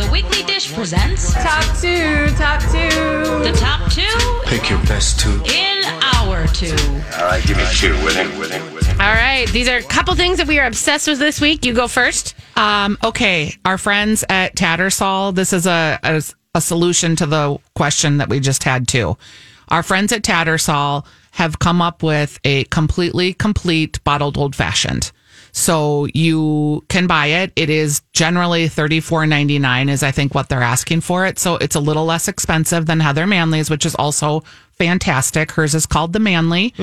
English presents Top two, top two. the top two Pick your best two. in our two. All right, give me two with him, with him, with him. All right. These are a couple things that we are obsessed with this week. You go first. Um, okay, our friends at Tattersall, this is a, a, a solution to the question that we just had too. Our friends at Tattersall have come up with a completely complete bottled old fashioned. So you can buy it. It is generally thirty four ninety nine is I think what they're asking for it. So it's a little less expensive than Heather Manley's, which is also fantastic. Hers is called the Manley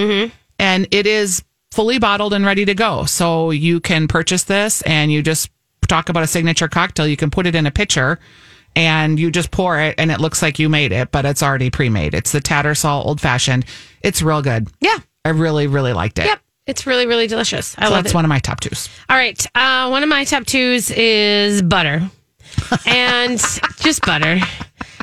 and it is fully bottled and ready to go. So you can purchase this and you just talk about a signature cocktail. You can put it in a pitcher and you just pour it and it looks like you made it, but it's already pre made. It's the Tattersall old fashioned. It's real good. Yeah. I really, really liked it. Yep. It's really, really delicious. I So love that's it. one of my top twos. All right. Uh, one of my top twos is butter. and just butter.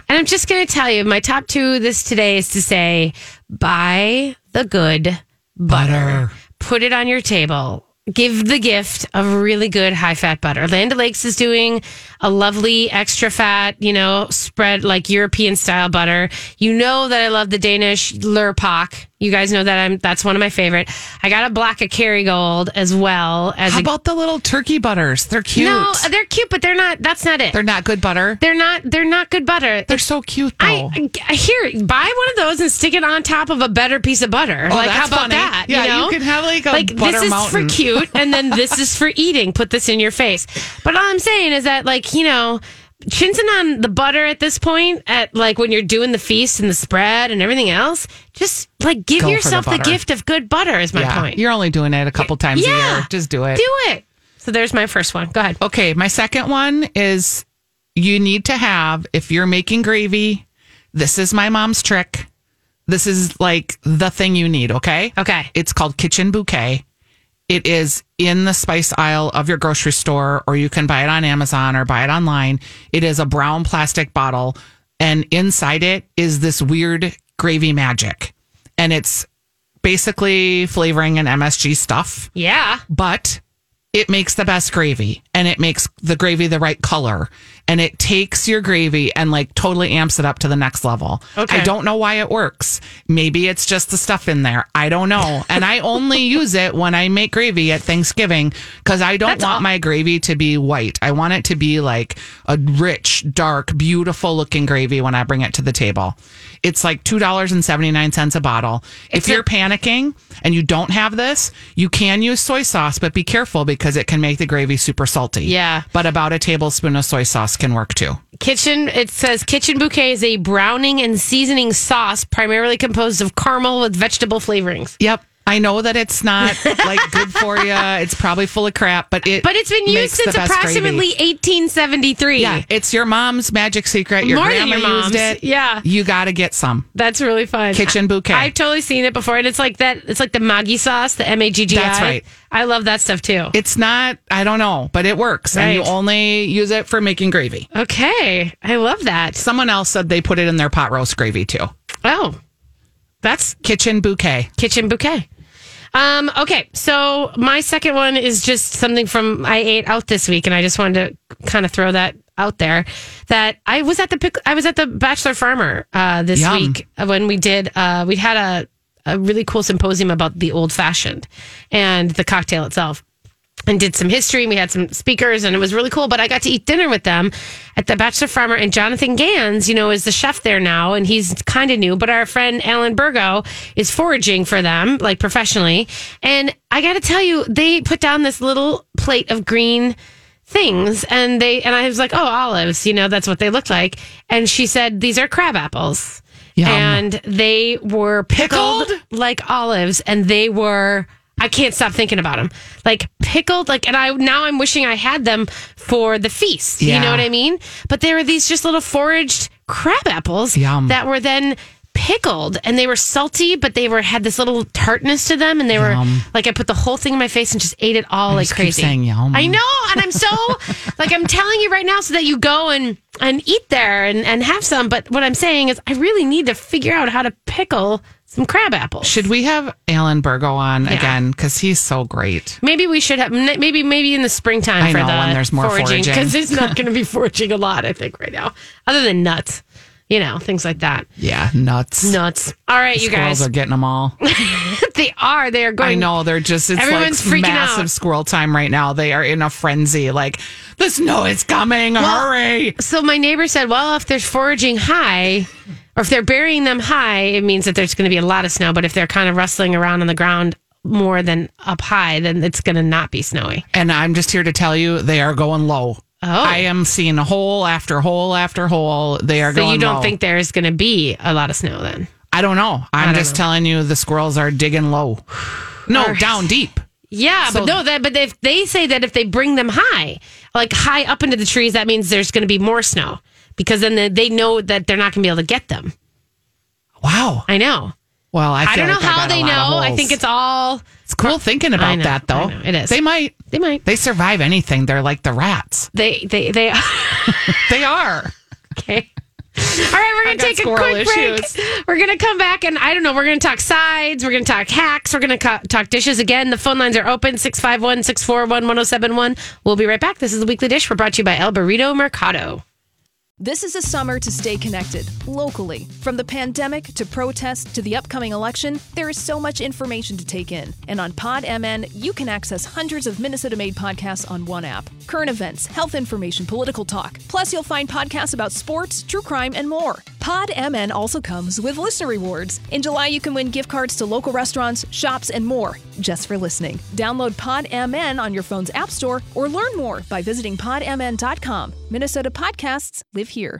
And I'm just going to tell you my top two this today is to say buy the good butter. Put it on your table. Give the gift of really good high fat butter. Land O'Lakes is doing a lovely extra fat, you know, spread like European style butter. You know that I love the Danish Lurpak. You guys know that I'm that's one of my favorite. I got a block of Kerrygold as well as How a, about the little turkey butters? They're cute. no, they're cute, but they're not. That's not it. they're not good butter. They're not. They're not good butter. They're so cute though. I, I here buy one of those and stick it on top of a better piece of butter. Oh, like how that's about funny. that? Yeah, you, you know? could have, like, a like butter this is mountain. for cute, and then this is for eating. Put this in your face. But all I'm saying is that like you know. Chintzing on the butter at this point, at like when you're doing the feast and the spread and everything else, just like give Go for the yourself the, butter. gift of good butter is my yeah. point. You're only doing it a couple times a year. Just do it. Do it. So there's my first one. Go ahead. Okay, my second one is you need to have if you're making gravy, this is my mom's trick. This is like the thing you need, okay? Okay. It's called kitchen bouquet. It is in the spice aisle of your grocery store or you can buy it on Amazon or buy it online. It is a brown plastic bottle and inside it is this weird gravy magic. And it's basically flavoring and MSG stuff Yeah. but it makes the best gravy and it makes the gravy the right color and it takes your gravy and like totally amps it up to the next level. Okay. I don't know why it works. Maybe it's just the stuff in there. I don't know. And I only use it when I make gravy at Thanksgiving because I don't want my gravy to be white. I want it to be like a rich, dark, beautiful looking gravy when I bring it to the table. It's like $2.79 a bottle. if you're panicking and you don't have this, you can use soy sauce, but be careful because it can make the gravy super salty. Yeah. But about a tablespoon of soy sauce can work too. Kitchen, it says Kitchen Bouquet is a browning and seasoning sauce primarily composed of caramel with vegetable flavorings. Yep. I know that it's not like good for you. It's probably full of crap, but it But it's been used makes the since best approximately gravy. 1873. Yeah, it's your mom's magic secret. Your More than grandma your mom's. used it. Yeah. you got to get some. That's really fun. Kitchen Bouquet. I've totally seen it before. And it's like that, it's like the Maggi sauce, the M A G G I. That's right. I love that stuff too. It's not. I don't know, but it works, and you Right. only use it for making gravy. Okay. I love that. Someone else said they put it in their pot roast gravy too. Oh, that's Kitchen Bouquet. kitchen bouquet. Um, okay, so my second one is just something from I ate out this week, and I just wanted to kind of throw that out there. That I was at the pic- I was at the Bachelor Farmer uh, this Yum. week when we did uh, we had a, a really cool symposium about the old fashioned and the cocktail itself and did some history. and We had some speakers, and it was really cool. But I got to eat dinner with them at the Bachelor Farmer, and Jonathan Gans, you know, is the chef there now, and he's kind of new. But our friend Alan Burgo is foraging for them, like professionally. And I got to tell you, they put down this little plate of green things and they and I was like, "Oh, olives, you know, that's what they look like." And she said, "These are crab apples." Yum. And they were pickled, Pickled? like olives and they were I can't stop thinking about them. Like pickled like and I now I'm wishing I had them for the feast. You know Yeah. what I mean? But they were these just little foraged crab apples Yum. that were then pickled and they were salty but they were had this little tartness to them and they were Yum. like I put the whole thing in my face and just ate it all like just keep crazy. saying yum. I know know, and I'm so like I'm telling you right now so that you go and and eat there and and have some. But what I'm saying is, I really need to figure out how to pickle some crab apples. Should we have Alan Burgo on again? Because he's so great. Maybe we should have n- maybe maybe in the springtime I for know, the when there's more foraging foraging. because it's not going to be foraging a lot. I think right now, other than nuts, you know, things like that. Yeah, nuts. Nuts. All right, you Squirrels guys. are getting them all. they are. They are going. I know they're just it's Everyone's like freaking massive out. squirrel time right now. They are in a frenzy. Like the snow is coming. Hurry! So my neighbor said, well, if they're foraging high, or if they're burying them high, it means that there's going to be a lot of snow. But if they're kind of rustling around on the ground more than up high, then it's going to not be snowy. And I'm just here to tell you they are going low. Oh. I am seeing hole after hole after hole. They are So going. you don't low. think there is going to be a lot of snow then? I don't know. I'm just telling you the squirrels are digging low. No, down deep. Yeah, but no, that but if they say that if they bring them high, like high up into the trees, that means there's going to be more snow because then they- they know that they're not going to be able to get them. Wow. I know. Well, I, feel I don't know like how got a they lot of know. I holes. think it's all it's cool thinking I about know, that I though. know, it is. They might they might they survive anything. They're like the rats. they they they. They are. Okay. All right, we're going to got take a squirrel quick break. We're going to come back and I don't know, we're going to talk sides, we're going to talk hacks, we're going to co- talk dishes again. The phone lines are open 651 641 1071. We'll be right back. This is the Weekly Dish. We're brought to you by El Burrito Mercado. This is a summer to stay connected locally. From the pandemic to protests to the upcoming election, there is so much information to take in. And on PodMN, you can access hundreds of Minnesota made podcasts on one app. Current events, health information, political talk. Plus, you'll find podcasts about sports, true crime, and more. PodMN also comes with listener rewards. In July, you can win gift cards to local restaurants, shops, and more just for listening. Download PodMN on your phone's App Store or learn more by visiting podmn.com. Minnesota podcasts live here.